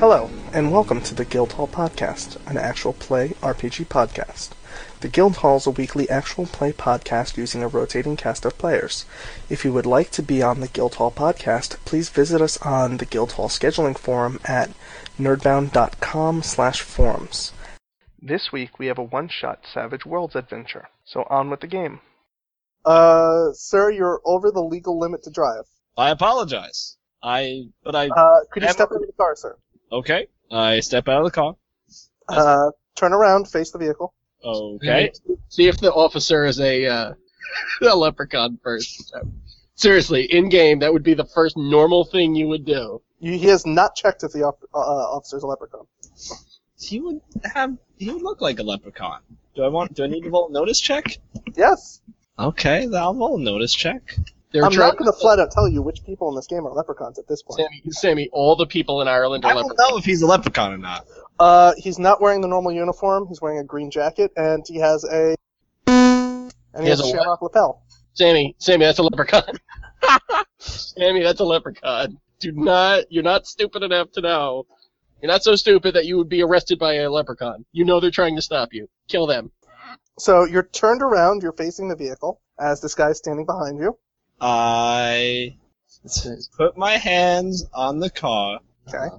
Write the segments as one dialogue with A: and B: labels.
A: Hello, and welcome to the Guildhall Podcast, an actual play RPG podcast. The Guildhall is a weekly actual play podcast using a rotating cast of players. If you would like to be on the Guildhall Podcast, please visit us on the Guildhall scheduling forum at nerdbound.com slash forums. This week we have a one-shot Savage Worlds adventure, so on with the game. Uh, sir, you're over the legal limit to drive.
B: I apologize. I but I
A: Uh, could
B: you Am- step
A: into the car, sir?
B: okay. I step out of the car.
A: Uh, turn around, face the vehicle.
B: Okay.
C: See if the officer is a uh, a leprechaun first. Seriously, in game, that would be the first normal thing you would do.
A: You, he has not checked if the op- uh, officer's a leprechaun.
B: He would have he would look like a leprechaun. Do I want do I need to roll a notice check?
A: Yes,
B: Okay, then I'll roll a notice check.
C: They're
A: I'm
C: trying-
A: not going to flat out tell you which people in this game are leprechauns at this point.
C: Sammy, Sammy, all the people in Ireland
B: I
C: are
B: don't
C: leprechauns.
B: know if he's a leprechaun or not.
A: Uh, he's not wearing the normal uniform. He's wearing a green jacket, and he has a and he, has, a shamrock lapel.
C: Sammy, Sammy, that's a leprechaun. Sammy, that's a leprechaun. Do not, you're not stupid enough to know. You're not so stupid that you would be arrested by a leprechaun. You know they're trying to stop you. Kill them.
A: So you're turned around. You're facing the vehicle as this guy's standing behind you.
B: I put my hands on the car
A: Okay.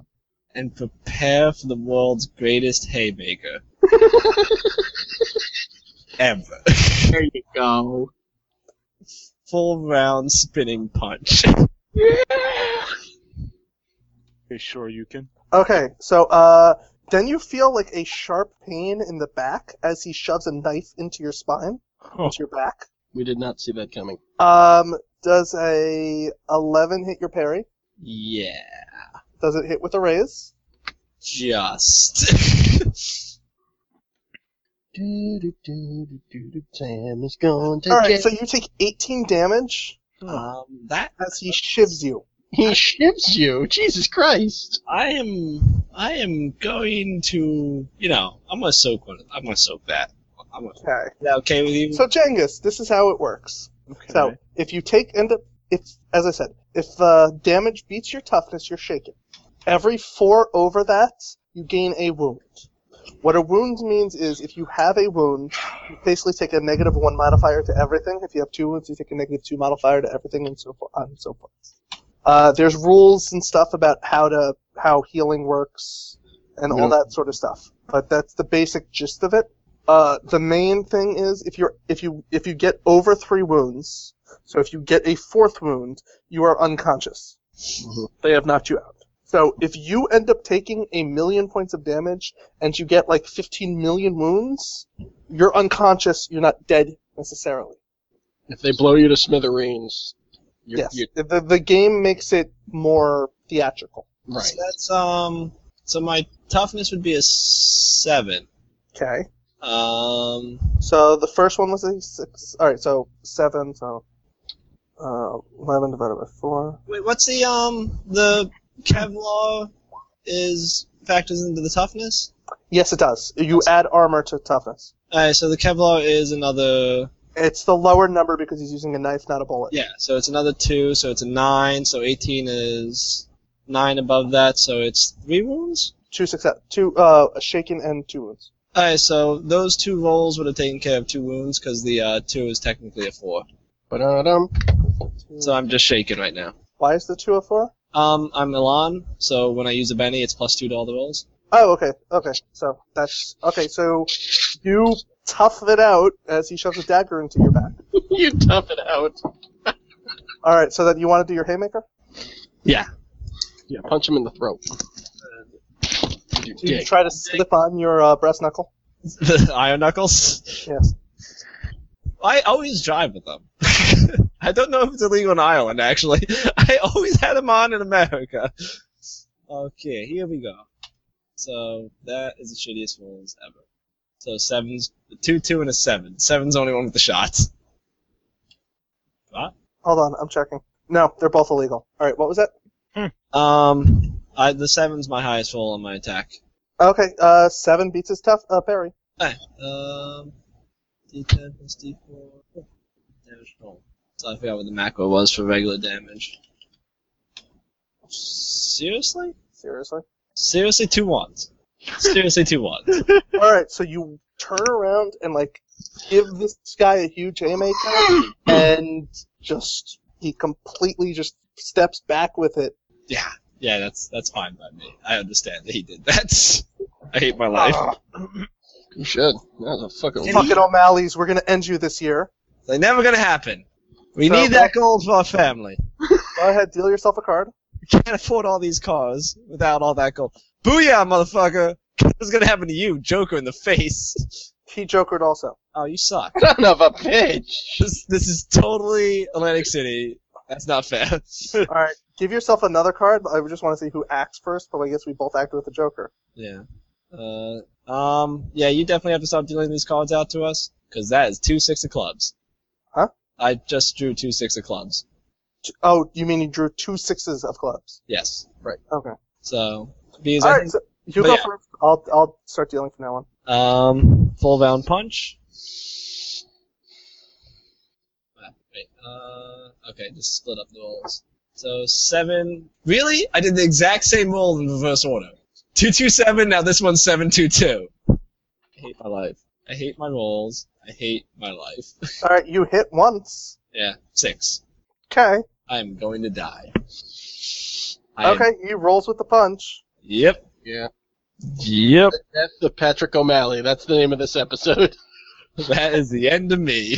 B: and prepare for the world's greatest haymaker. Ever.
C: There you go.
B: Full round spinning punch.
D: Okay, sure you can.
A: Okay. So uh, then you feel like a sharp pain in the back as he shoves a knife into your spine,
B: Oh.
A: into your back.
C: We did not see that coming.
A: Um, does a 11 hit your parry?
B: Yeah.
A: Does it hit with a raise?
B: Just.
C: Sam is going to
A: All right,
C: get.
A: so you take 18 damage
B: um, that
A: as he shivs you.
C: he ships you. Jesus Christ.
B: I am. I am going to. You know, I'm gonna soak one. I'm gonna soak that. I'm gonna,
A: Okay.
B: is that okay with you?
A: So Jengus, this is how it works.
D: Okay.
A: So if you take end up, if as I said, if uh, damage beats your toughness, you're shaken. Every four over that, you gain a wound. What a wound means is if you have a wound, you basically take a negative one modifier to everything. If you have two wounds, you take a negative two modifier to everything, and so forth. And so forth. Uh, there's rules and stuff about how to how healing works and all that sort of stuff. But that's the basic gist of it. Uh, the main thing is if you're if you if you get over three wounds, so if you get a fourth wound, you are unconscious. They have knocked you out. So if you end up taking a million points of damage and you get like 15 million wounds, you're unconscious. You're not dead necessarily.
C: If they blow you to smithereens, you're,
A: yes,
C: you're
A: the the game makes it more theatrical.
C: right.
B: So that's um. So my toughness would be a seven.
A: Okay.
B: Um.
A: So the first one was a six. All right, so seven. So uh, 11 divided by four.
B: Wait, what's the um the Kevlar is factors into the toughness?
A: Yes, it does. You add armor to toughness.
B: Alright, so the Kevlar is another.
A: It's the lower number because he's using a knife, not a bullet.
B: Yeah, so it's another two, so it's a nine, so 18 is nine above that, so it's three wounds?
A: Two success, two uh, a shaken and two wounds.
B: Alright, so those two rolls would have taken care of two wounds, because the uh, two is technically a four.
C: Ba-da-dum.
B: So I'm just shaking right now.
A: Why is the two a four?
B: Um, I'm Milan, so when I use a Benny, it's plus two to all the rolls.
A: Oh, okay, okay. So that's okay. So you tough it out as he shoves a dagger into your back.
C: you tough it out.
A: All right. So then you want to do your haymaker?
C: Yeah, punch him in the throat. You
A: Do you
C: dick.
A: try to slip on your uh, breast knuckle?
B: the iron knuckles.
A: Yes.
B: I always drive with them. I don't know if it's illegal in Ireland, actually. I always had them on in America. Okay, here we go. So that is the shittiest rolls ever. So sevens, two, two, and a seven. Seven's the only one with the shots.
A: Hold on, I'm checking. No, they're both illegal. All right. What was that?
B: Um, I, the seven's my highest roll on my attack.
A: Okay. Uh, seven beats his tough uh, parry.
B: Alright, um, D10 plus D4. oh, Damage roll. So I forgot what the macro was for regular damage. Seriously?
A: Seriously.
B: Seriously, two ones. Seriously, two ones.
A: All right, so you turn around and like give this guy a huge haymaker, and just he completely just steps back with it.
B: Yeah, yeah, that's that's fine by me. I understand that he did that. I hate my life.
A: Ah,
C: You should. That was a fucking.
A: fuck it, O'Malley's. We're gonna end you this year.
B: It's like never gonna happen. We
A: So-
B: need that gold for our family.
A: Go ahead, deal yourself a card.
B: We can't afford all these cars without all that gold. Booyah, motherfucker! What's gonna happen to you, Joker in the face?
A: He jokered also.
B: Oh, you suck.
C: Son of a bitch.
B: This this is totally Atlantic City. That's not fair.
A: All right, give yourself another card. I just want to see who acts first, but I guess we both acted with the Joker.
B: yeah. Uh, um. Yeah, you definitely have to stop dealing these cards out to us, because that is two six of clubs.
A: Huh?
B: I just drew two six of clubs.
A: T- Oh, you mean you drew two sixes of clubs?
B: Yes. Right.
A: Okay.
B: So these
A: All
B: I
A: right, so you
B: but
A: go
B: yeah.
A: first. I'll I'll start dealing from now on.
B: think- um full round punch. Ah, Wait. Uh. Okay. Just split up the rolls. So seven. Really? I did the exact same roll in reverse order. Two two seven. Now this one's seven two two. I hate my life. I hate my rolls. I hate my life.
A: All right, you hit once.
B: yeah. Six.
A: Okay.
B: I'm going to die. I am-
A: Okay, he rolls with the punch.
B: yep.
C: Yeah.
B: Yep.
C: That's the Patrick O'Malley. That's the name of this episode.
B: That is the end of me.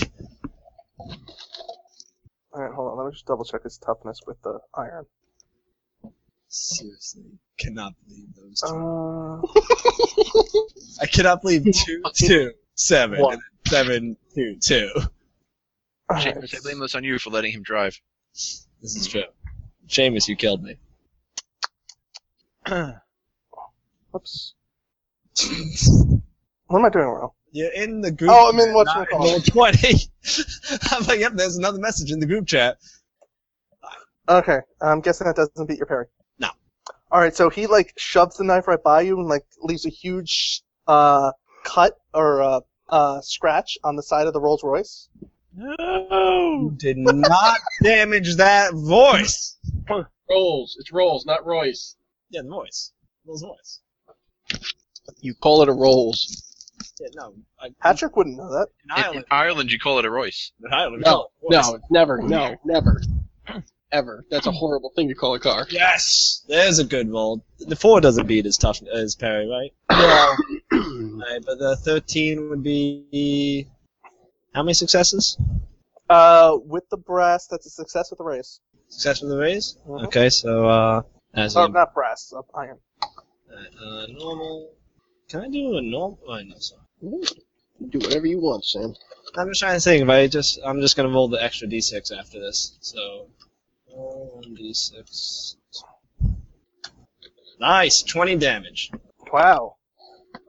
A: All right, hold on. Let me just double check his toughness with the iron.
B: Seriously, cannot believe those. Two.
A: Uh,
B: I cannot believe two two seven
C: One.
B: and then seven two two.
A: alright.
E: Seamus, I blame this on you for letting him drive.
B: This is true. Seamus, you killed me.
A: Whoops. What am I doing wrong?
B: You're in the group.
A: Oh, I'm in
B: chat,
A: what's it
B: not in
A: called.
B: roll twenty. I'm like, yep. There's another message in the group chat.
A: Okay, I'm guessing that doesn't beat your parry.
B: No.
A: All right, so he like shoves the knife right by you and like leaves a huge uh cut or uh, uh scratch on the side of the Rolls Royce.
D: No.
B: You did not damage that voice.
C: Rolls. It's Rolls, not Royce.
B: Yeah, the voice. Will's voice.
C: You call it a Rolls.
B: Yeah, no. I,
A: Patrick wouldn't know that.
B: in
E: In,
B: Ireland.
E: in Ireland, you call it a Royce.
B: In Ireland.
C: No,
B: we call it a voice.
C: no, never, no, never, ever. That's a horrible thing to call a car.
B: Yes, there's a good roll. The four doesn't beat as tough as Perry, right?
A: Yeah.
B: Alright, but the 13 would be. How many successes?
A: uh, with the brass, that's a success with the race.
B: Success with the raise?
A: Mhm.
B: Okay, so, uh. As
A: Oh,
B: in-
A: not brass, uh, iron.
B: uh, normal. Can I do a normal? Oh, no, sorry.
C: Do whatever you want, Sam.
B: I'm just trying to think. If I just, I'm just gonna roll the extra d6 after this. So, roll one d6. Nice, 20 damage.
A: Wow.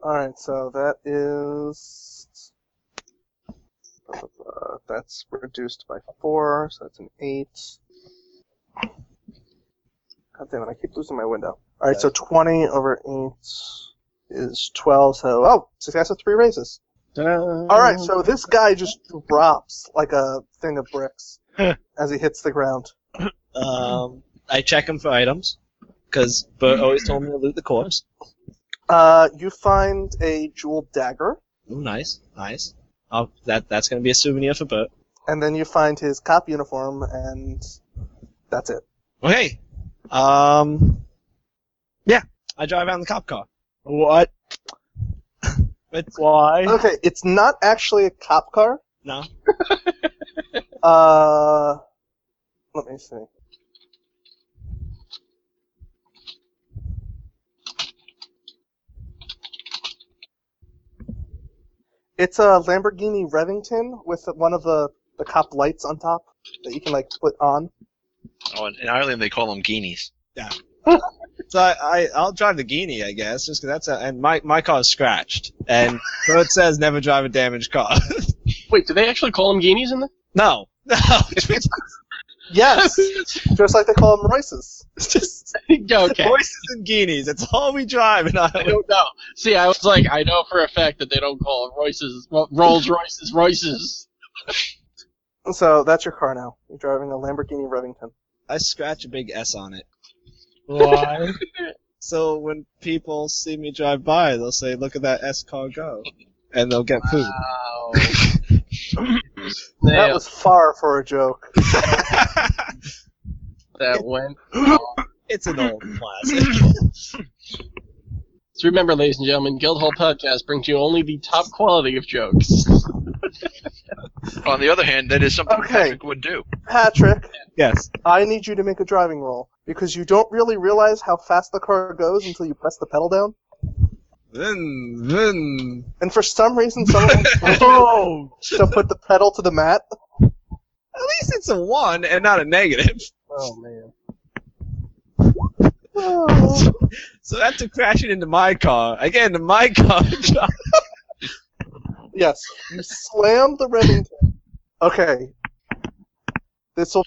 A: All right, so that is uh, that's reduced by four, so that's an eight. God damn it! I keep losing my window. All right, so twenty over eight is twelve. So oh, success with three raises. All right, so this guy just drops like a thing of bricks as he hits the ground.
B: Um, I check him for items, because Bert always told me to loot the corpse.
A: Uh, you find a jeweled dagger,
B: Ooh, nice, nice. Oh, that that's gonna be a souvenir for Bert.
A: and then you find his cop uniform, and that's it.
B: Okay. Um. Yeah, I drive around the cop car.
D: What?
B: But
D: Why?
A: Okay, it's not actually a cop car.
B: no.
A: Uh, let me see. It's a Lamborghini Revington with one of the, the cop lights on top that you can like put on.
E: Oh, in in Ireland they call them guineas.
B: So I, I I'll drive the Guinea, I guess, just 'cause that's a, and my my car's scratched, and so it says never drive a damaged car.
C: Wait, do they actually call them Guineas in the?
B: no, no, it's
A: Yes, just like they call them Royces.
B: just
C: okay.
B: voices and Guineas. That's all we drive in
C: I
B: Ireland.
C: don't know. See, I was like, I know for a fact that they don't call Royces Ro- Rolls Royces Royces.
A: So that's your car now. You're driving a Lamborghini Revington.
B: I scratch a big S on it.
C: Why?
B: So when people see me drive by, they'll say, "Look at that S car go," and they'll get food.
C: Wow.
A: That
C: that,
A: was far for a joke.
C: that went.
B: it's an old classic.
C: So remember, ladies and gentlemen, Guildhall Podcast brings you only the top quality of jokes.
E: On the other hand, that is something
A: Okay.
E: Patrick would do.
A: Patrick,
B: yes.
A: I need you to make a driving roll because you don't really realize how fast the car goes until you press the pedal down.
B: Then then
A: And for some reason, someone wants
D: Oh,
A: to put the pedal to the mat.
B: at least it's a one and not a negative.
C: Oh man.
A: Oh.
B: So after crashing into my car, I get into my car. and drive.
A: Yes, you slam the Remington. Okay, this will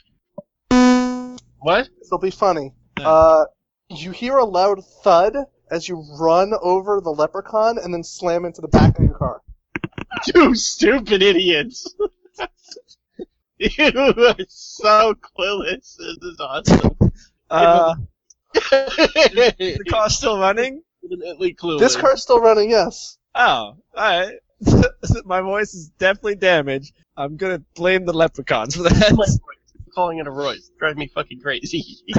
C: What?
A: this will be funny. Uh, you hear a loud thud as you run over the leprechaun and then slam into the back of your car.
C: Two stupid idiots. you are so clueless. This is awesome.
B: Uh, the
C: Definitely
B: car's still running.
C: clueless.
A: This car's still running. Yes.
B: Oh, all right. my voice is definitely damaged. I'm gonna blame the leprechauns for
C: My
B: that.
C: Royce. calling it a Royce drives me fucking crazy.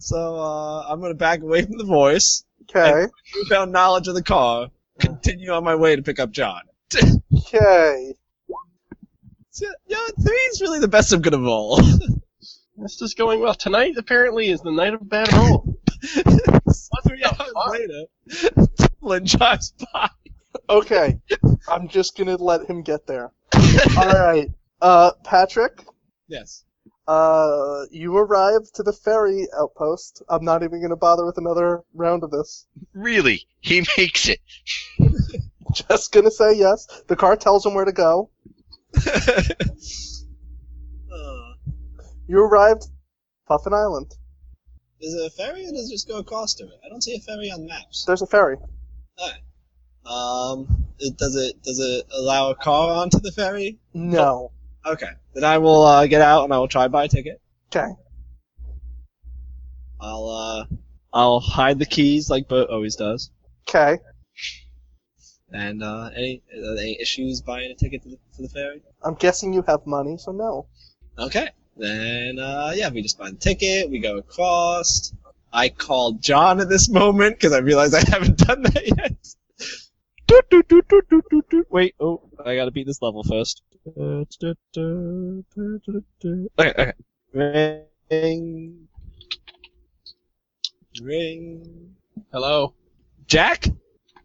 B: So uh, I'm gonna back away from the voice.
A: Okay.
B: newfound knowledge of the car, continue on my way to pick up John.
A: Okay.
B: So, yeah, three's really the best I'm gonna roll.
C: this is going well. Tonight apparently is the night of bad roll.
B: Three hours
C: fuck?
B: later, Lynn drives by.
A: Okay. I'm just gonna let him get there. All right. Uh, Patrick.
B: Yes.
A: Uh, you arrive to the ferry outpost. I'm not even going to bother with another round of this.
E: Really, he makes it.
A: Just going to say yes. The car tells him where to go.
B: Uh,
A: You arrived Puffin Island.
B: is it a ferry or does it just go across to it? I don't see a ferry on maps.
A: There's a ferry.
B: Um, it, does it does it allow a car onto the ferry?
A: No.
B: Okay. Then I will uh, get out and I will try to buy a ticket.
A: Okay.
B: I'll uh, I'll hide the keys like Bert always does.
A: Okay.
B: And uh, any are there any issues buying a ticket to the, to the ferry?
A: I'm guessing you have money, so no.
B: Okay. Then uh, yeah, we just buy the ticket. We go across. I called John at this moment because I realized I haven't done that yet. Doot, doot, doot, doot, doot, doot, doot. Wait, oh, I gotta beat this level first. Uh, doot, doot, doot, doot, doot. Okay, okay. Ring. Ring.
C: Hello.
B: Jack?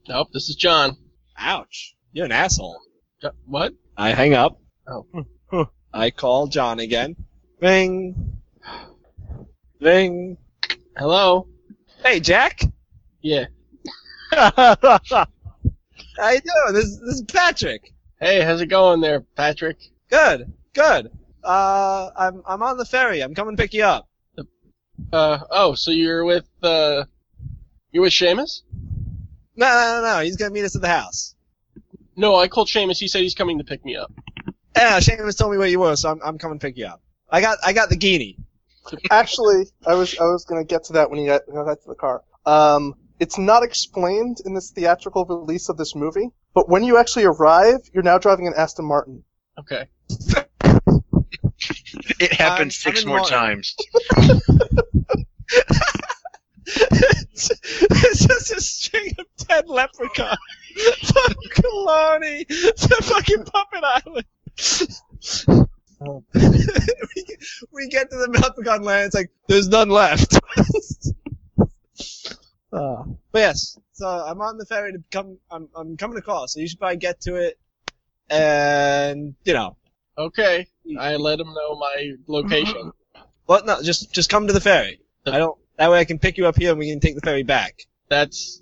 C: Nope. This is John.
B: Ouch. You're an asshole.
C: Jo- What?
B: I hang up.
C: Oh.
B: I call John again. Ring. Ring.
C: Hello.
B: Hey, Jack.
C: Yeah.
B: How you doing? This, this is Patrick.
C: Hey, how's it going there, Patrick?
B: Good. Good. Uh, I'm I'm on the ferry. I'm coming to pick you up.
C: Uh oh, so you're with uh you with Seamus?
B: No, no, no, no. He's gonna meet us at the house.
C: No, I called Seamus. He said he's coming to pick me up.
B: Yeah, Seamus told me where you were, so I'm I'm coming to pick you up. I got I got the guinea.
A: Actually, I was I was going to get to that when you got, got back to the car. Um, it's not explained in this theatrical release of this movie, but when you actually arrive, you're now driving an Aston Martin.
C: Okay.
B: I'm-
E: It happened
B: I'm
E: 6
B: in
E: more
B: Monaco.
E: times.
B: It's, it's just a string of ten leprechauns from Colony to fucking Puppet Island.
A: Oh.
B: we, get- we get to the leprechaun land. It's like there's none left. Uh, but yes, so I'm on the ferry to come. I'm I'm coming across. So you should probably get to it, and you know.
C: Okay, I let him know my location.
B: Well, no, just just come to the ferry. I don't. That way, I can pick you up here, and we can take the ferry back.
C: That's.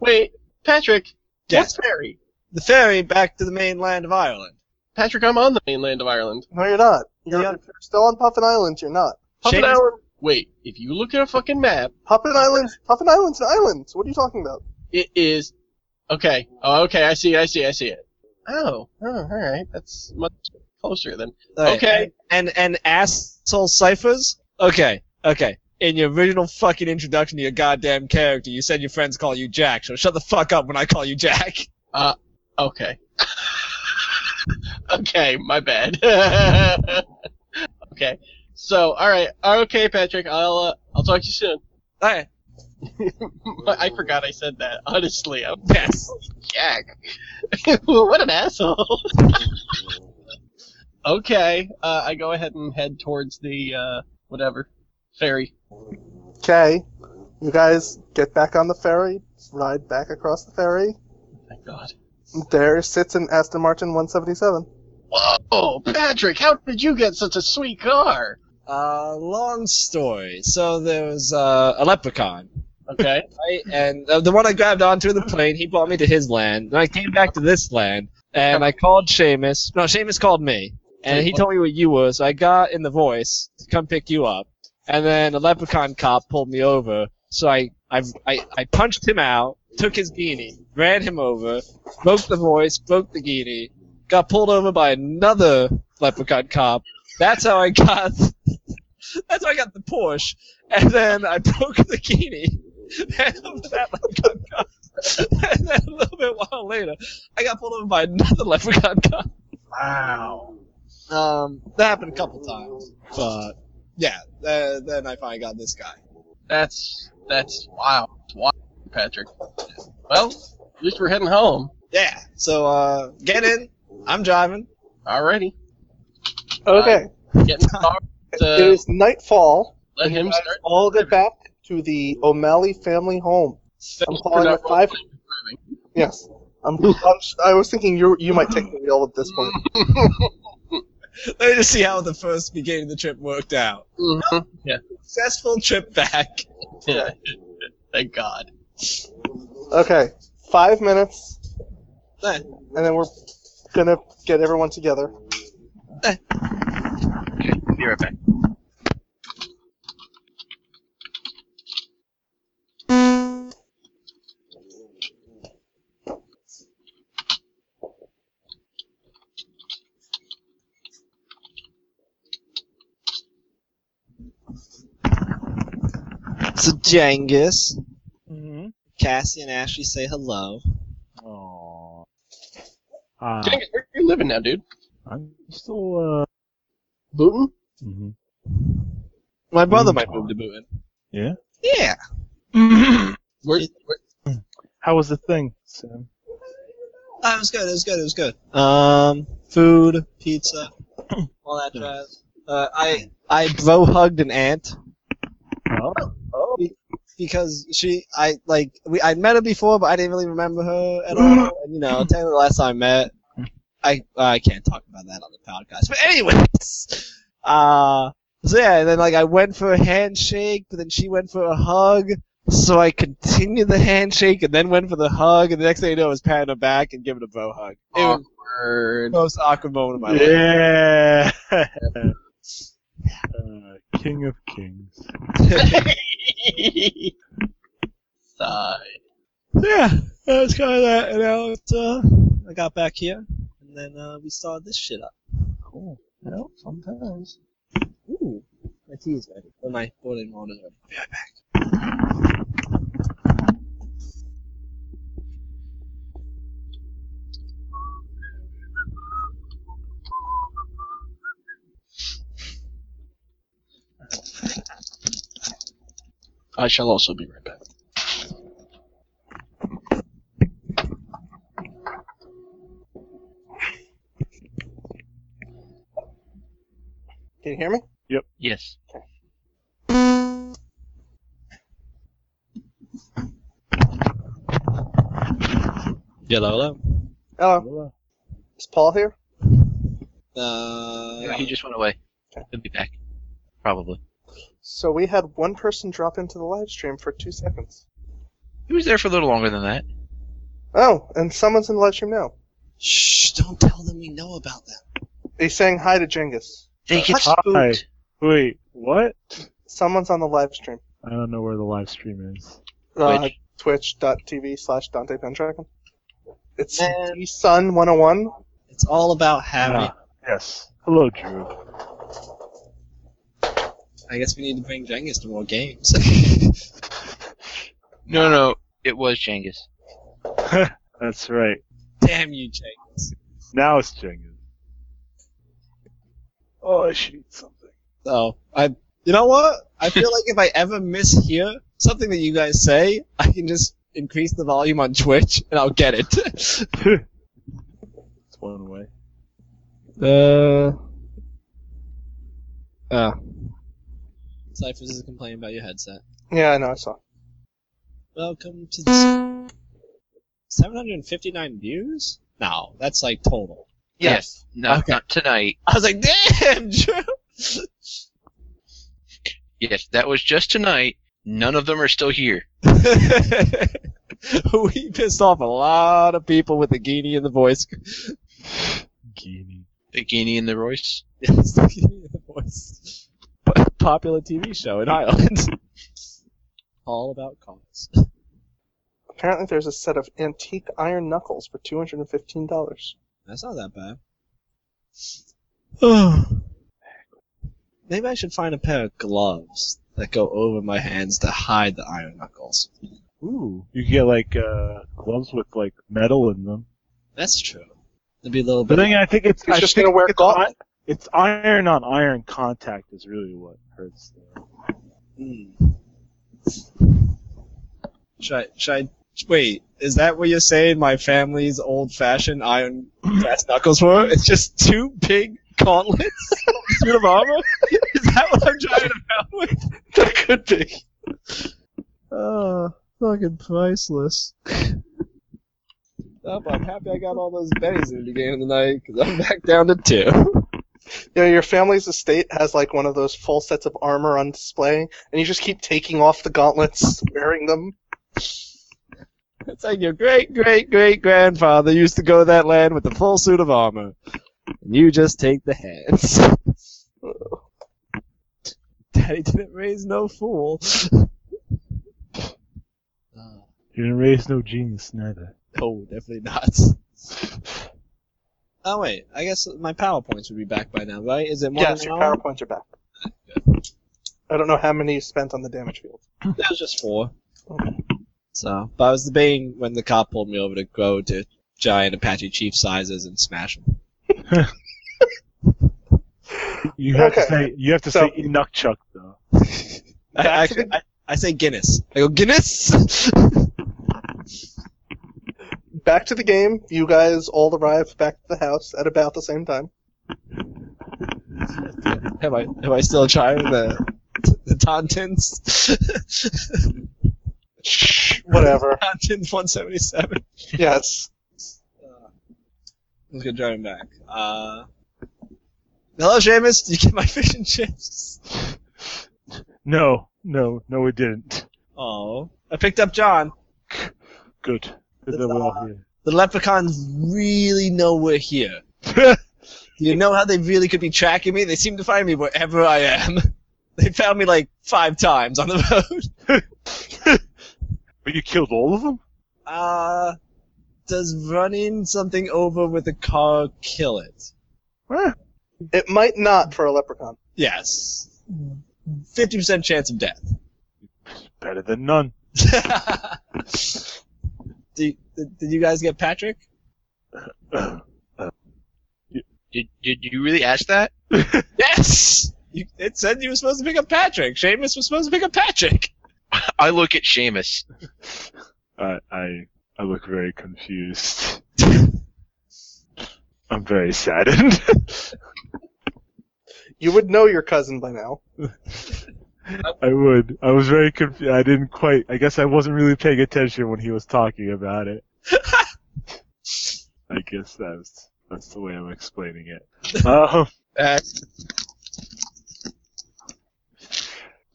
C: Wait, Patrick.
B: Yes.
C: What's ferry?
B: The ferry back to the mainland of Ireland.
C: Patrick, I'm on the mainland of Ireland.
A: No, you're not. You're,
B: Yeah.
A: if you're still on Puffin Island. You're not.
C: Puppet
B: Shane-
C: Island. Wait, if you look at a fucking map,
A: Puffin Island. Puffin Island's an island. What are you talking about?
C: it is. Okay. Oh, okay. I see. I see. I see it. Oh. oh all right. That's much closer then.
B: Alright.
C: Okay.
B: And and asshole ciphers. Okay. Okay. In your original fucking introduction to your goddamn character, you said your friends call you Jack. So shut the fuck up when I call you Jack.
C: Okay. okay. My bad. okay. So, all right. Okay, Patrick. I'll uh, I'll talk to you soon.
B: All right.
C: I forgot I said that. Honestly, I'm
B: Yes.
C: Jack. what an asshole. okay, uh, I go ahead and head towards the uh, whatever ferry.
A: Okay. You guys get back on the ferry. Ride back across the ferry.
C: Thank God.
A: There sits an Aston Martin 177.
C: Whoa, Oh, Patrick! How did you get such a sweet car?
B: Uh, long story. So there was uh, a leprechaun,
C: Okay.
B: right? And uh, the one I grabbed onto the plane, he brought me to his land. Then I came back to this land, and I called Seamus. No, Seamus called me, and he told me where you were. So I got in the voice to come pick you up, and then a leprechaun cop pulled me over. So I I I, I punched him out, took his guinea, ran him over, broke the voice, broke the guinea, got pulled over by another leprechaun cop. That's how I got. That's how I got the Porsche, and then I broke the guinea. And after that leprechaun cop. And then a little bit while later, I got pulled over by another leprechaun cop.
C: Wow.
B: Um, that happened a couple times, but yeah, uh, then I finally got this guy.
C: That's that's wow, wow, Patrick. Well, at least we're heading home.
B: Yeah. So uh, get in. I'm driving.
C: Alrighty.
A: Okay.
C: Getting started.
A: it is nightfall.
C: Let him
A: You guys
C: start.
A: all get back to the O'Malley family home. I'm calling it five. Yes. I'm, I'm, I was thinking you you might take the wheel at this point.
B: Let me just see how the first beginning of the trip worked out.
C: Mhm.
B: Successful trip back.
C: Yeah. Thank God.
A: Okay, five minutes,
B: Eh,
A: and then we're gonna get everyone together.
E: Okay, be right back.
B: So Jengus,
D: Mm-hmm.
B: Cassie, and Ashley say hello.
D: Aww. Uh,
C: Dang it, where are you living now, dude?
D: I'm still, uh,
C: Booton?
D: mhm.
B: My brother
D: Mm.
B: might move to Booton.
D: Yeah?
B: Yeah.
C: Where,
B: It-
C: where,
D: How was the thing, Sam?
B: Oh, it was good. It was good. It was good. Um, food, pizza, all that
D: Hmm.
B: jazz. Uh, I I bro hugged an aunt
D: Oh,
B: because she I like we I met her before, but I didn't really remember her at
D: Hmm.
B: all. And you know, technically the last time I met, I I can't talk about that on the podcast. But anyways, uh, so yeah, and then like I went for a handshake, but then she went for a hug. So I continued the handshake and then went for the hug, and the next thing I know, I was patting her back and giving a bro hug. It was
C: awkward.
B: the most awkward moment of my life.
D: yeah! uh, King of Kings.
C: Sigh.
B: yeah, that was kind of that. And now it's, uh, I got back here, and then uh, we started this shit up.
D: Cool. Well, sometimes.
B: Ooh, my tea is ready. Or my boiling water is ready.
C: I shall also be right back.
A: Can you hear me?
E: Yes.
B: Hello, hello.
A: Hello. Is Paul here?
B: Uh,
E: No, he just went away. He'll be back. Probably.
A: So we had one person drop into the live stream for two seconds.
E: He was there for a little longer than that.
A: Oh, and someone's in the live stream now.
B: Shh! Don't tell them we know about them.
A: He's saying hi to Genghis.
E: They get
D: Hi.
E: spooked.
D: Wait, what?
A: Someone's on the live stream.
D: I don't know where the live stream is.
A: Uh,
E: Twitch.
A: Twitch.tv slash Dante Pendragon. It's
B: Man.
A: Sun101.
B: It's all about having.
D: Ah, yes. Hello, Drew.
B: I guess we need to bring Genghis to more games.
E: No, no, it was Genghis.
D: That's right.
B: Damn you, Genghis.
D: Now it's Jenga. Oh, I should eat something.
B: So I, you know what? I feel like if I ever mishear something that you guys say, I can just increase the volume on Twitch and I'll get it.
D: It's one way.
B: Uh. Uh. Cyphers is complaining about your headset.
A: Yeah, I know, I saw.
B: Welcome to the. 759 views? No, that's like total.
E: Yes. No,
B: Okay.
E: not tonight.
B: I was like, damn, Drew!
E: Yes, that was just tonight. None of them are still here.
B: we pissed off a lot of people with the Guinea and the voice.
D: Guinea.
E: The Guinea and the Royce.
B: Yes, the Guinea and the voice. Popular TV show in Ireland. All about cause.
A: Apparently there's a set of antique iron knuckles for $215.
B: That's not that bad. Maybe I should find a pair of gloves that go over my hands to hide the iron knuckles.
D: Ooh. You get like uh, gloves with like metal in them.
B: That's true. It'd be a little
D: The
B: bit.
D: thing I think it's
A: He's
D: I
A: just
D: think
A: gonna wear
D: it's,
A: gauntlets.
D: i- it's iron on iron contact is really what hurts. There.
B: Hmm. Should I, should I? Wait, is that what you're saying my family's old fashioned iron brass knuckles were? It's just two big gauntlets? Suit of armor? Is that what I'm driving around with? That could be. Oh, fucking priceless. Well, I'm happy I got all those bennies in the beginning of the night because I'm back down to two.
A: You know, your family's estate has like one of those full sets of armor on display, and you just keep taking off the gauntlets, wearing them.
B: It's like your great great great grandfather used to go to that land with the full suit of armor. And you just take the hands. Daddy didn't raise no fool. Uh,
D: You didn't raise no genius neither.
B: no, definitely not. Oh wait, I guess my PowerPoints would be back by now, right? Is it more
A: yes,
B: than
A: your
B: an hour?
A: powerpoints are back. I don't know how many you spent on the damage field.
B: That was just four. So, but I was debating when the cop pulled me over to grow to giant Apache Chief sizes and smash them.
D: You have to
A: Okay.
D: say you have to
A: So-
D: say Inukchuk though.
B: I, I,
A: Back to
B: I, I say Guinness. I go Guinness.
A: Back to the game. You guys all arrive back to the house at about the same time.
B: am I am I still trying the the Tontins?
A: Whatever.
B: Tontins one seventy seven.
A: yes.
B: Let's go driving back. Uh, hello, Seamus. Did you get my fish and chips?
D: No, no, no, it didn't.
B: Oh, I picked up John.
D: Good. Good that we're all here.
B: The leprechauns really know we're here. You know how they really could be tracking me? They seem to find me wherever I am. They found me like five times on the road.
D: but you killed all of them.
B: Uh, does running something over with a car kill it?
D: Eh,
A: It might not for a leprechaun.
B: Yes. Mm-hmm. 50% chance of death.
D: better than none.
B: did, did, did you guys get Patrick?
E: Did, did you really ask that?
B: Yes! You, it said you were supposed to pick up Patrick. Seamus was supposed to pick up Patrick.
E: I look at Seamus.
D: I I I look very confused. I'm very saddened.
A: You would know your cousin by now.
D: I would. I was very confused. I didn't quite. I guess I wasn't really paying attention when he was talking about it. I guess that's that's the way I'm explaining it. Um,
B: Uh,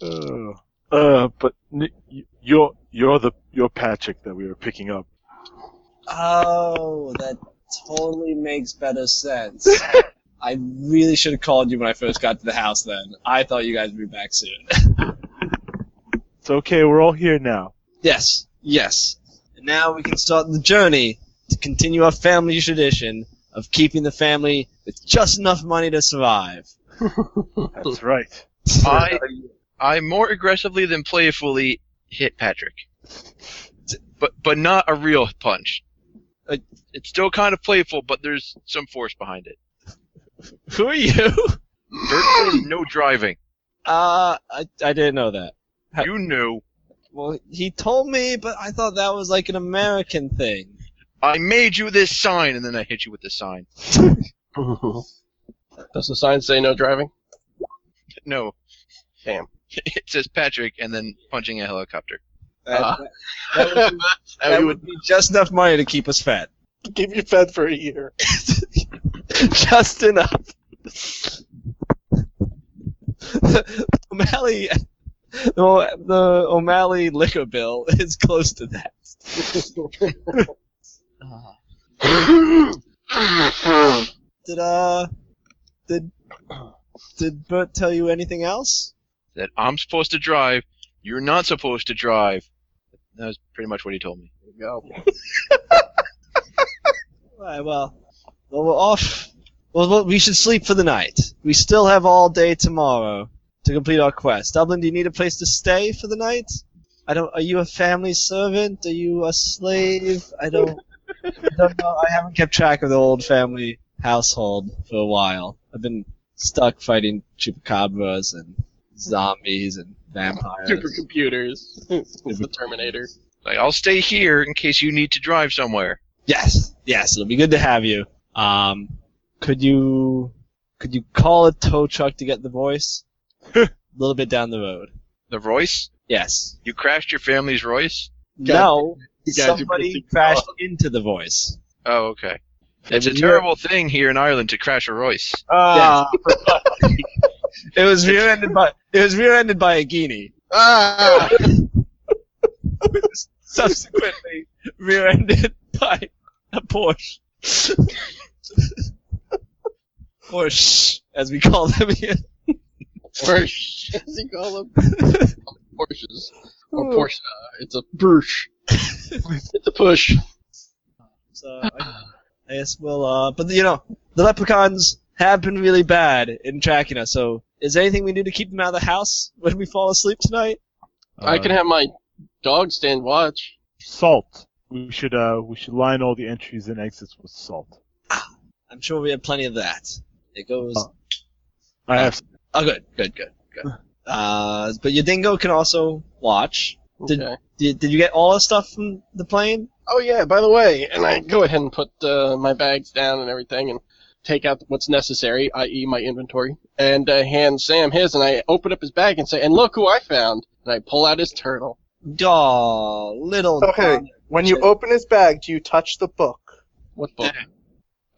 D: uh, uh, but n- y- you're you're the you're Patrick that we were picking up.
B: Oh, that totally makes better sense. I really should have called you when I first got to the house then. I thought you guys would be back soon.
D: It's okay. We're all here now.
B: yes, yes. And now we can start the journey to continue our family tradition of keeping the family with just enough money to survive.
D: That's right.
E: I, I more aggressively than playfully hit Patrick, but but not a real punch. Uh, It's still kind of playful, but there's some force behind it.
B: Who are you?
E: Bert said no driving.
B: Uh, I, I didn't know that.
E: You knew.
B: Well, he told me, but I thought that was like an American thing.
E: I made you this sign, and then I hit you with the sign.
C: Does the sign say no driving?
E: No.
C: Damn.
E: It says Patrick, and then punching a helicopter.
B: That,
C: Ah.
B: that, that would, be,
C: And
B: that
C: we
B: would be just enough money to keep us fat.
A: Give you fed for a year.
B: just enough. the O'Malley, the, O- the O'Malley liquor bill is close to that. Did uh, did did Bert tell you anything else?
E: That I'm supposed to drive. You're not supposed to drive. That was pretty much what he told me.
C: go.
B: All right, well, well, we're off. Well, well, we should sleep for the night. We still have all day tomorrow to complete our quest. Dublin, do you need a place to stay for the night? I don't. Are you a family servant? Are you a slave? I don't. I don't know. I haven't kept track of the old family household for a while. I've been stuck fighting chupacabras and zombies and vampires.
C: Supercomputers. it's the Terminator.
E: Like, I'll stay here in case you need to drive somewhere.
B: Yes, yes, it'll be good to have you. Um, could you could you call a tow truck to get the voice? a little bit down the road.
E: The Royce?
B: Yes.
E: You crashed your family's Royce?
C: Guys-
B: no,
C: you guys are
B: somebody
C: pretty-
B: crashed into the voice.
E: Oh, okay.
C: It's
E: It's a terrible thing here in Ireland to crash a Royce.
B: Ah, it was rear-ended by it was rear-ended by a guinea.
C: Ah!
B: It was subsequently rear-ended by a Porsche. Porsche, as we call them here.
C: Porsche, as you call them. Porsches. Or Porsche. uh, It's a Porsche. it's a push.
B: So I, I guess we'll. Uh, but you know, the leprechauns have been really bad in tracking us. So is there anything we do to keep them out of the house when we fall asleep tonight?
D: Uh,
C: I can have my dog stand watch.
D: salt. We should uh we should line all the entries and exits with salt.
B: I'm sure we have plenty of that. It goes.
D: Oh. I have
B: Oh, good, good, good, good. Uh, but your dingo can also watch.
C: Okay.
B: Did- Did, did you get all the stuff from the plane?
C: Oh yeah, by the way, and I go ahead and put uh, my bags down and everything, and take out what's necessary, i.e., my inventory, and uh, hand Sam his, and I open up his bag and say, "And look who I found!" And I pull out his turtle.
B: Aw, little.
A: Okay. When you open his bag, do you touch the book?
C: What book?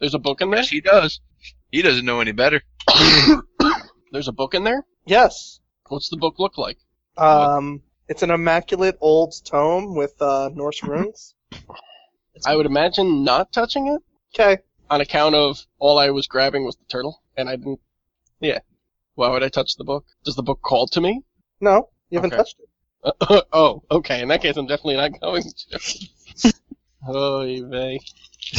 C: There's a book in there.
E: Yes, he does. He doesn't know any better.
C: There's a book in there.
A: Yes.
C: What's the book look like?
A: Um, it's an immaculate old tome with uh, Norse
C: Mm-hmm.
A: runes.
C: I would imagine not touching it
A: Okay.
C: on account of all I was grabbing was the turtle, and I didn't. Yeah. Why would I touch the book? Does the book call to me?
A: No, you haven't
C: Okay.
A: touched it.
C: oh, okay. In that case, I'm definitely not going to. Holy vey.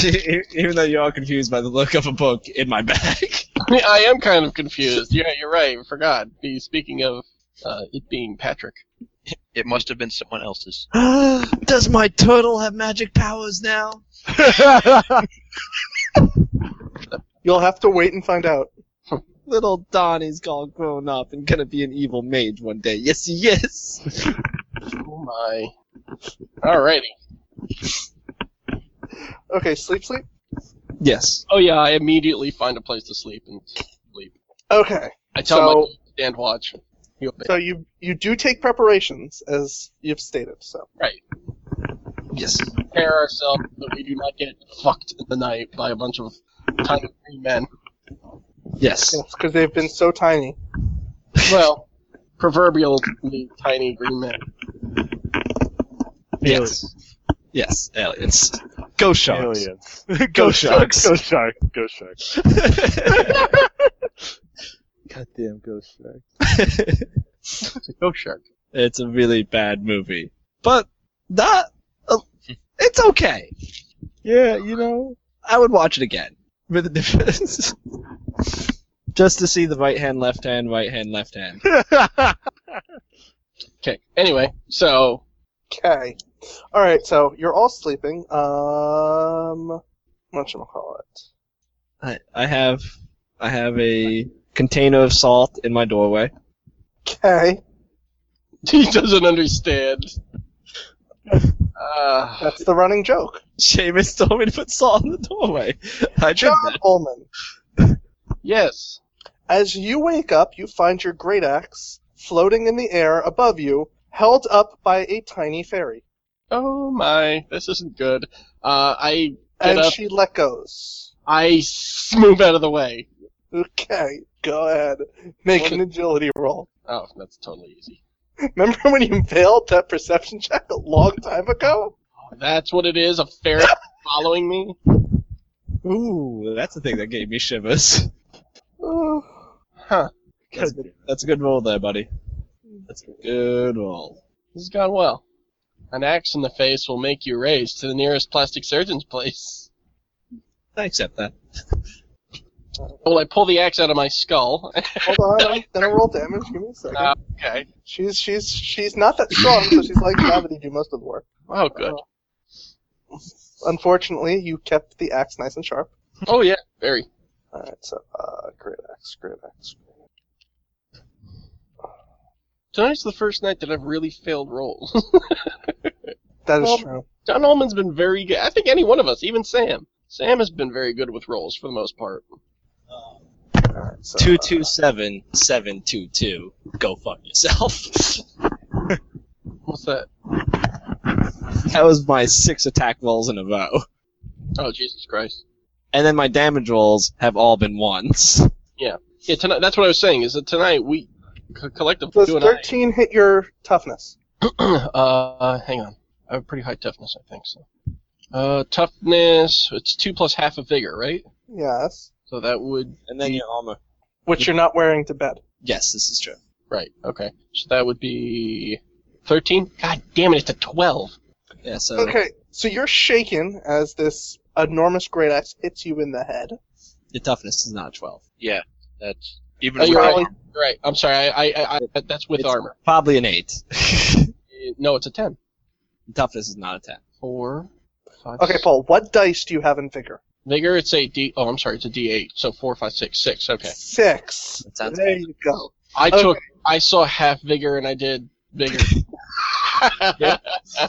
B: E-, Even though you're all confused by the look of a book in my bag.
C: Yeah, I am kind of confused. Yeah, you're right. I forgot. Be- Speaking of uh, it being Patrick.
E: It must have been someone else's.
B: Does my turtle have magic powers now?
A: You'll have to wait and find out.
B: Little Donnie's all grown up and gonna be an evil mage one day. Yes, he is.
C: Oh my. Alrighty.
A: Okay, sleep, sleep.
B: Yes.
C: Oh yeah, I immediately find a place to sleep and sleep.
A: Okay.
C: I tell
A: So-
C: my dog to stand watch. He'll be-
A: So you you do take preparations as you've stated. So
B: Yes.
C: prepare ourselves so that we do not get fucked in the night by a bunch of tiny green men.
B: Yes.
A: because they've been so tiny.
C: Well, proverbially tiny green men.
B: Yes. Yes. Aliens. Go sharks.
D: Aliens.
B: Go sharks.
D: Go shark. Go shark. Goddamn ghost shark.
C: It's a ghost shark.
B: it's a really bad movie, but not. Uh, it's okay.
D: Yeah, you know.
B: I would watch it again with a difference, just to see the right hand, left hand, right hand, left hand.
C: Okay. Anyway, so
A: Okay. All right. So you're all sleeping. Um, what should call it?
B: I, I have, I have a container of salt in my doorway.
A: Okay.
C: he doesn't understand. Uh,
A: That's the running joke.
B: Seamus told me to put salt in the doorway. I did
A: John
B: that.
A: Ullman.
C: yes.
A: As you wake up, you find your great axe floating in the air above you, held up by a tiny fairy,
C: Oh my, this isn't good. Uh, I get
A: and
C: up.
A: she let goes.
C: I s- move out of the way.
A: Okay. Go ahead. Make an agility roll.
C: Oh, that's totally easy.
A: Remember when you failed that perception check a long time ago?
C: That's what it is. A ferret following me.
B: Ooh, that's the thing that gave me shivers.
A: Oh,
C: Huh.
B: That's a good, that's a good roll there, buddy. That's a good roll.
C: This has gone well. An axe in the face will make you race to the nearest plastic surgeon's place.
B: I accept that.
C: Well, I pull the axe out of my skull.
A: hold on. I'm gonna roll damage. Give me a second.
C: Uh, okay.
A: She's she's she's not that strong, so she's like gravity do most of the work. Uh,
C: Oh, good.
A: Unfortunately, you kept the axe nice and sharp.
C: Oh, yeah. Very.
A: All right, so uh, great axe, great axe.
C: Tonight's the first night that I've really failed rolls.
A: That is
C: Well-
A: true.
C: John Ullman's been very good. I think any one of us, even Sam. Sam has been very good with rolls for the most part.
A: All right, so,
B: Two two seven seven two two. Go fuck yourself.
C: What's that?
B: that was my six attack rolls in a row,
C: Oh, Jesus Christ.
B: and then my damage rolls have all been ones.
C: Yeah, tonight. That's what I was saying. Is that tonight we co- collectively
A: Does
C: you and I-
A: thirteen hit your toughness?
C: uh, hang on. I have pretty high toughness, I think. So, uh, toughness. It's two plus half of vigor, right?
A: Yes.
C: So that would
B: And then your armor.
A: Which
C: Mm-hmm.
A: you're not wearing to bed.
B: Yes, this is true.
C: right. Okay. So that would be thirteen. God damn it! It's a twelve.
B: Yeah. So
A: Okay, so you're shaken as this enormous great axe hits you in the head.
B: your toughness is not twelve.
E: Yeah, that's even
C: Oh, you're
E: without
C: right. You're right. I'm sorry. I, I, I, I that's with
B: It's
C: armor.
B: Probably an eight.
C: Uh, No, it's a ten.
B: Your toughness is not a ten.
C: Four. Five,
A: Okay,
C: six.
A: Paul, what dice do you have in vigor?
C: Vigor. It's a D. Oh, I'm sorry. It's a D eight. So four, five, six, six. Okay.
A: Six.
B: That sounds
A: there
B: good.
A: you go.
C: I
A: Okay.
C: took. I saw half vigor, and I did vigor.
B: Yeah.
C: So,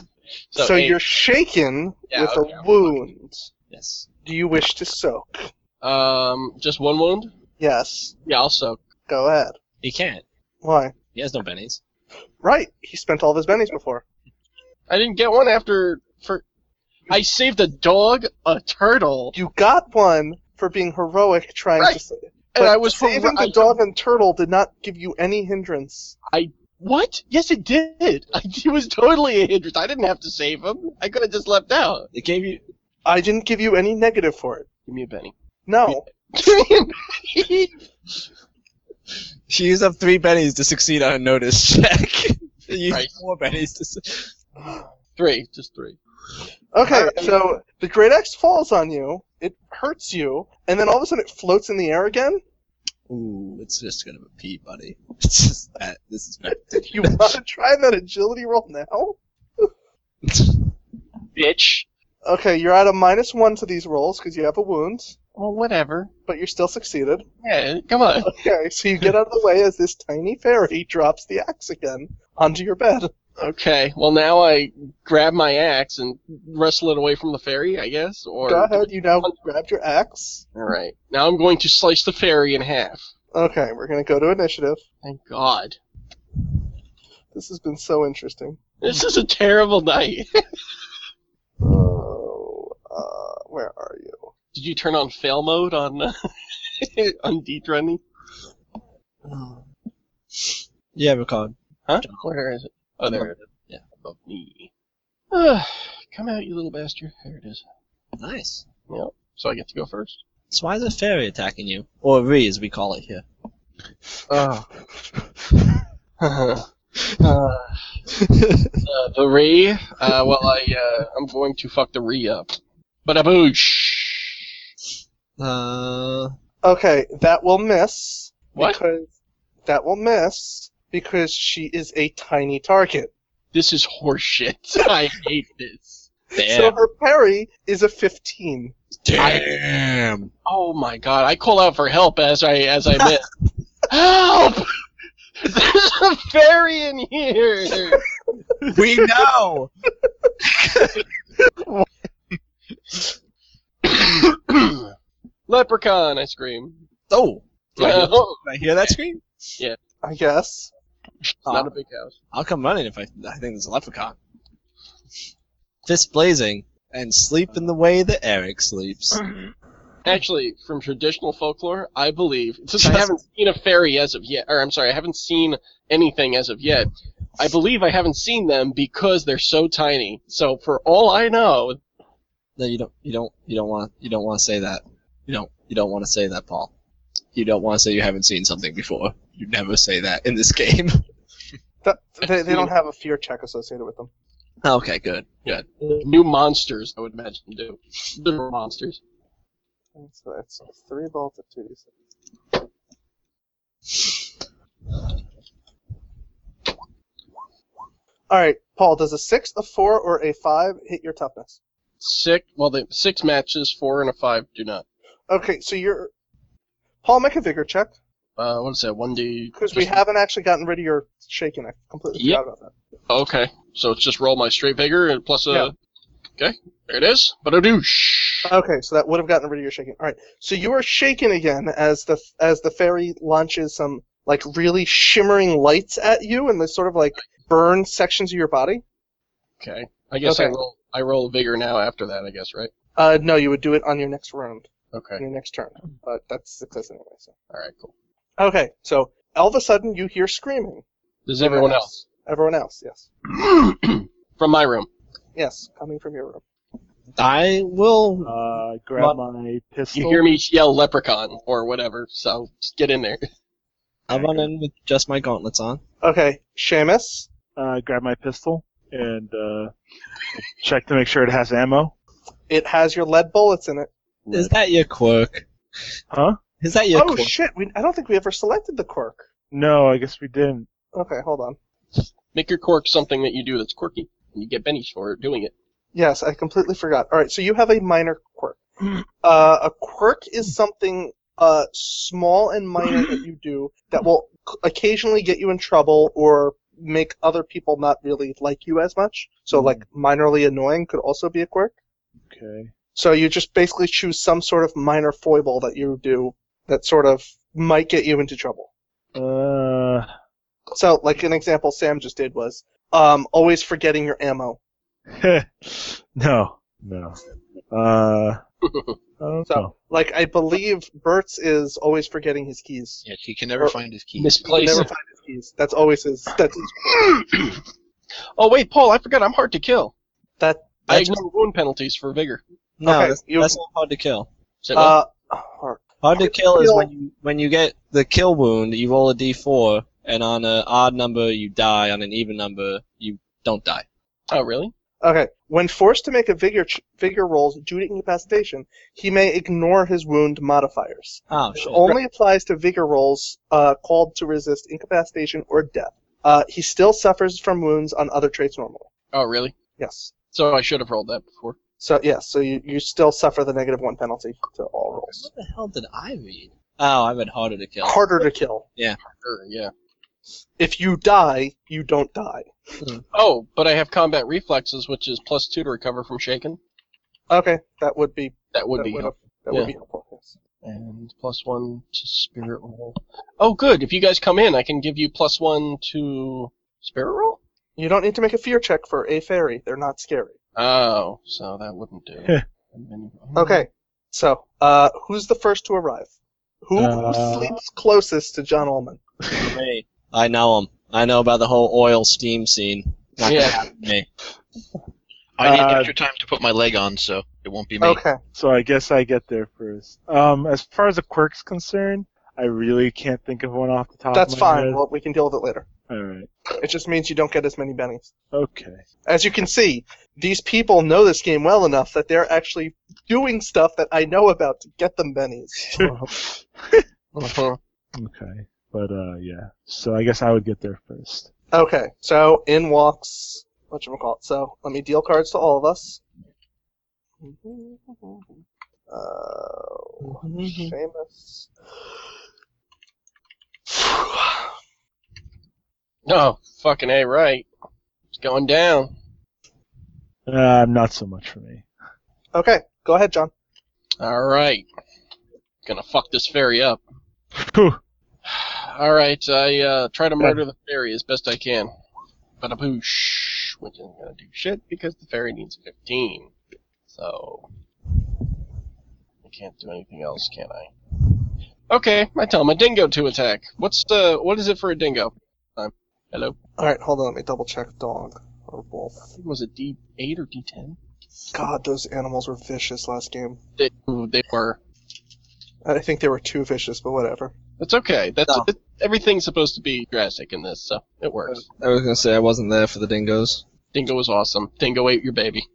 A: So,
C: eight.
A: you're shaken
C: Yeah,
A: with
C: okay,
A: a
C: I'm
A: wound.
B: Yes.
A: Do you wish to soak?
C: um just one wound.
A: Yes.
C: Yeah, I'll soak.
A: Go ahead.
B: He can't.
A: Why?
B: He has no bennies.
A: Right. He spent all of his bennies before.
C: I didn't get one after for. I saved a dog, a turtle,
A: You got one for being heroic trying
C: Right.
A: to save it.
C: and
A: But
C: I was
A: saving
C: hor- I-
A: the dog and turtle did not give you any hindrance.
C: What? Yes, it did. I, it was totally a hindrance. I didn't have to save him. I could have just left out.
B: It gave you.
A: I didn't give you any negative for it.
C: Give me a penny.
A: No.
B: She used up three bennies to succeed on a notice check. You used
C: Right.
B: four bennies to. su-
C: three, just three.
A: Okay,
C: Alright.
A: so the great axe falls on you. It hurts you, and then all of a sudden it floats in the air again.
B: Ooh, it's just gonna pee, buddy. It's just that. This is bad.
A: You want to try that agility roll now?
C: Bitch.
A: Okay, you're at a minus one to these rolls because you have a wound,
C: Well, whatever.
A: but you're still succeeded.
C: Yeah, come on.
A: Okay, so you get out of the way as this tiny fairy drops the axe again onto your bed.
C: Okay. Well, now I grab my axe and wrestle it away from the fairy, I guess. Or
A: Go ahead, you now grabbed your axe.
C: All right. Now I'm going to slice the fairy in half.
A: Okay, we're gonna go to initiative.
C: Thank God.
A: This has been so interesting.
C: This is a terrible night.
A: Oh, uh, where are you?
C: Did you turn on fail mode on uh, on deed running?
B: Yeah, Rakan.
C: Huh? Where is it? Oh, there it is. Yeah, above me. Ah, come out, you little bastard. There it is.
B: Nice.
C: Yep. So I get to go first.
B: So why is a fairy attacking you? Or Ree, as we call it here.
C: Oh. uh, uh, the re. Uh, well, I uh, I'm going to fuck the re up. But a boosh.
B: Uh,
A: Okay, that will miss.
C: What?
A: Because that will miss because she is a tiny target.
C: This is horseshit. I hate this.
A: So her parry is a 15.
B: Damn.
C: Oh my god! I call out for help as I as I miss. help! There's a fairy in here.
B: we know.
C: Leprechaun! I scream.
B: Oh. Did I hear, did
C: Oh,
B: I hear that scream?
A: I guess.
C: not a big house.
B: I'll come running if I, I think there's a leprechaun. Fist blazing and sleep in the way that Eric sleeps.
C: Actually, from traditional folklore, I believe since I
B: Just-
C: haven't seen a fairy as of yet, or I'm sorry, I haven't seen anything as of yet. I believe I haven't seen them because they're so tiny. So for all I know,
B: No, you don't. You don't. You don't want. You don't want to say that. You don't. You don't want to say that, Paul. You don't want to say you haven't seen something before. You never say that in this game.
A: That, they, they don't have a fear check associated with them.
B: okay, good. Good.
C: new monsters I would imagine do little monsters.
A: So it's three bolts at 2d6. Alright, Paul, does a 6, a 4, or a 5 hit your toughness?
C: Six. Well, the six matches, four and a five do not.
A: Okay, so you're. Paul, make a vigor check.
C: Uh, what is that? One D.
A: Because we haven't actually gotten rid of your shaking. I completely
C: Yep.
A: forgot about that.
C: Okay, so it's just roll my straight vigor and plus a. Okay, there it is. But a douche.
A: Okay, so that would have gotten rid of your shaking. All right, so you are shaken again as the as the fairy launches some like really shimmering lights at you, and they sort of like burn sections of your body.
C: Okay. I guess I
A: Okay.
C: roll. I roll vigor now after that. I guess right.
A: Uh, no, you would do it on your next round, on
C: Okay.
A: your next turn, but that's success anyway. So.
C: All right. Cool.
A: Okay, so all of a sudden you hear screaming.
C: Does everyone else
A: Everyone else, yes,
C: from my room?
A: yes, coming from your room.
B: I will.
D: Uh, grab my pistol.
C: You
A: Oh.
C: hear me yell leprechaun or whatever. So just get in there.
B: I'll run in with just my gauntlets on.
A: Okay, Seamus,
D: Uh, grab my pistol and uh, check to make sure it has ammo.
A: it has your lead bullets in it.
B: Is that your quirk?
D: Huh?
B: Is that your
A: oh
B: quirk?
A: shit, we, I don't think we ever selected the quirk.
D: No, I guess we didn't.
A: Okay, hold on.
C: Make your quirk something that you do that's quirky, and you get bennies for doing it.
A: Yes, I completely forgot. All right, so you have a minor quirk. Uh, a quirk is something uh, small and minor that you do that will c- occasionally get you in trouble or make other people not really like you as much. So, like, minorly annoying could also be a quirk.
D: Okay.
A: So you just basically choose some sort of minor foible that you do that sort of might get you into trouble.
D: Uh,
A: So, like an example Sam just did was um, always forgetting your ammo.
D: no, no. Uh, I don't know.
A: So, like, I believe Bert's is always forgetting his keys.
E: Yes, he can never
A: Or-
E: find his key.
C: Misplace.
A: Never
C: it.
A: find his keys. That's always his. That's his
C: Oh wait, Paul, I forgot. I'm hard to kill.
A: that.
C: I
B: That's-
C: ignore wound penalties for vigor.
B: No,
A: Okay,
B: that's,
A: you-
B: that's not hard to kill.
C: Is that what?
A: Uh, or-
B: Hard to kill is
A: Kill.
B: when you when you get the kill wound, you roll a d4, and on an odd number you die, on an even number you don't die.
C: oh really?
A: okay. When forced to make a vigor ch- vigor roll due to incapacitation, he may ignore his wound modifiers.
B: Oh
A: This
B: shit!
A: only applies to vigor rolls uh, called to resist incapacitation or death. Uh, he still suffers from wounds on other traits normally.
C: Oh really?
A: Yes.
C: So I should have rolled that before.
A: So yes. So you, you still suffer the negative one penalty to all rolls.
B: What the hell did I read? Oh, I read harder to kill.
A: Harder to kill.
C: Sure, yeah.
A: If you die, you don't die.
C: Oh, but I have combat reflexes, which is plus two to recover from shaken.
A: Okay, that would be
C: That would
A: that
C: be
A: would,
C: helpful.
A: that
C: Yeah.
A: would be helpful. Yes.
C: and plus one to spirit roll. Oh, good. If you guys come in, I can give you plus one to spirit roll.
A: You don't need to make a fear check for a fairy. They're not scary.
C: Oh, so that wouldn't do. And then-
A: Okay. So, uh, who's the first to arrive? Who,
D: Uh,
A: who sleeps closest to John Ullman?
B: Me. I know him. I know about the whole oil steam scene. Not gonna
C: Yeah.
B: happen to me.
E: I need
D: Uh,
E: extra time to put my leg on, so it won't be me.
A: Okay.
D: So I guess I get there first. Um, as far as a quirk's concerned, I really can't think of one off the top.
A: That's
D: of my
A: fine.
D: Head.
A: Well, we can deal with it later.
D: All right.
A: It just means you don't get as many bennies.
D: Okay.
A: As you can see, these people know this game well enough that they're actually doing stuff that I know about to get them bennies.
C: Uh-huh.
D: Okay. But uh, yeah. So I guess I would get there first.
A: Okay. So in walks whatchamacallit. So let me deal cards to all of us. Mm-hmm. Uh, Seamus.
C: Oh, fucking a right. It's going down.
D: Uh, not so much for me.
A: Okay, go ahead, John.
C: All right. Gonna fuck this fairy up.
D: Whew.
C: All right, I uh, try to murder the fairy as best I can. But a boosh, which isn't gonna do shit because the fairy needs 15. So I can't do anything else, can I? Okay, I tell him a dingo to attack. What's the what is it for a dingo? Um, hello.
A: All right, hold on. Let me double check dog or wolf.
C: I think it was a D8 or D10.
A: God, those animals were vicious last game.
C: They, ooh, they were.
A: I think they were too vicious, but whatever.
C: That's okay. That's
B: No.
C: it- everything's supposed to be drastic in this, so it works.
B: I was gonna say I wasn't there for the dingoes.
C: Dingo was awesome. Dingo ate your baby.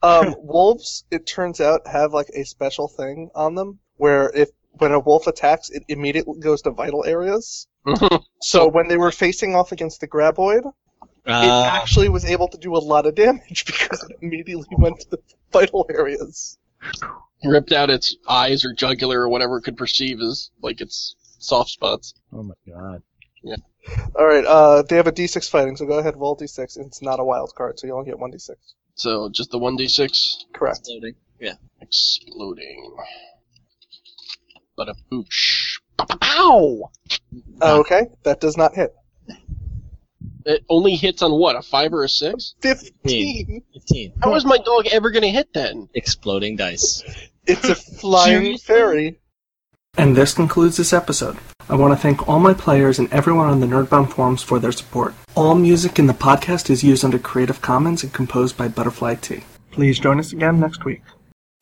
A: Um, wolves, it turns out, have like a special thing on them where if when a wolf attacks, it immediately goes to vital areas. So when they were facing off against the graboid,
B: Uh.
A: it actually was able to do a lot of damage because it immediately went to the vital areas.
C: ripped out its eyes or jugular or whatever it could perceive as like its soft spots.
D: Oh my god.
A: All right, uh, they have a d6 fighting, so go ahead, roll d6. It's not a wild card, so you only get one d6.
C: So just the one d six
A: Correct.
C: exploding. But a boosh. Ow!
A: okay, that does not hit.
C: It only hits on what a five or a six?
A: 15.
B: Fifteen.
C: How is my dog ever gonna hit then?
B: Exploding dice.
A: It's a flying
C: Seriously?
A: fairy.
F: And this concludes this episode. I want to thank all my players and everyone on the Nerdbound forums for their support. All music in the podcast is used under Creative Commons and composed by Butterfly T. Please join us again next week.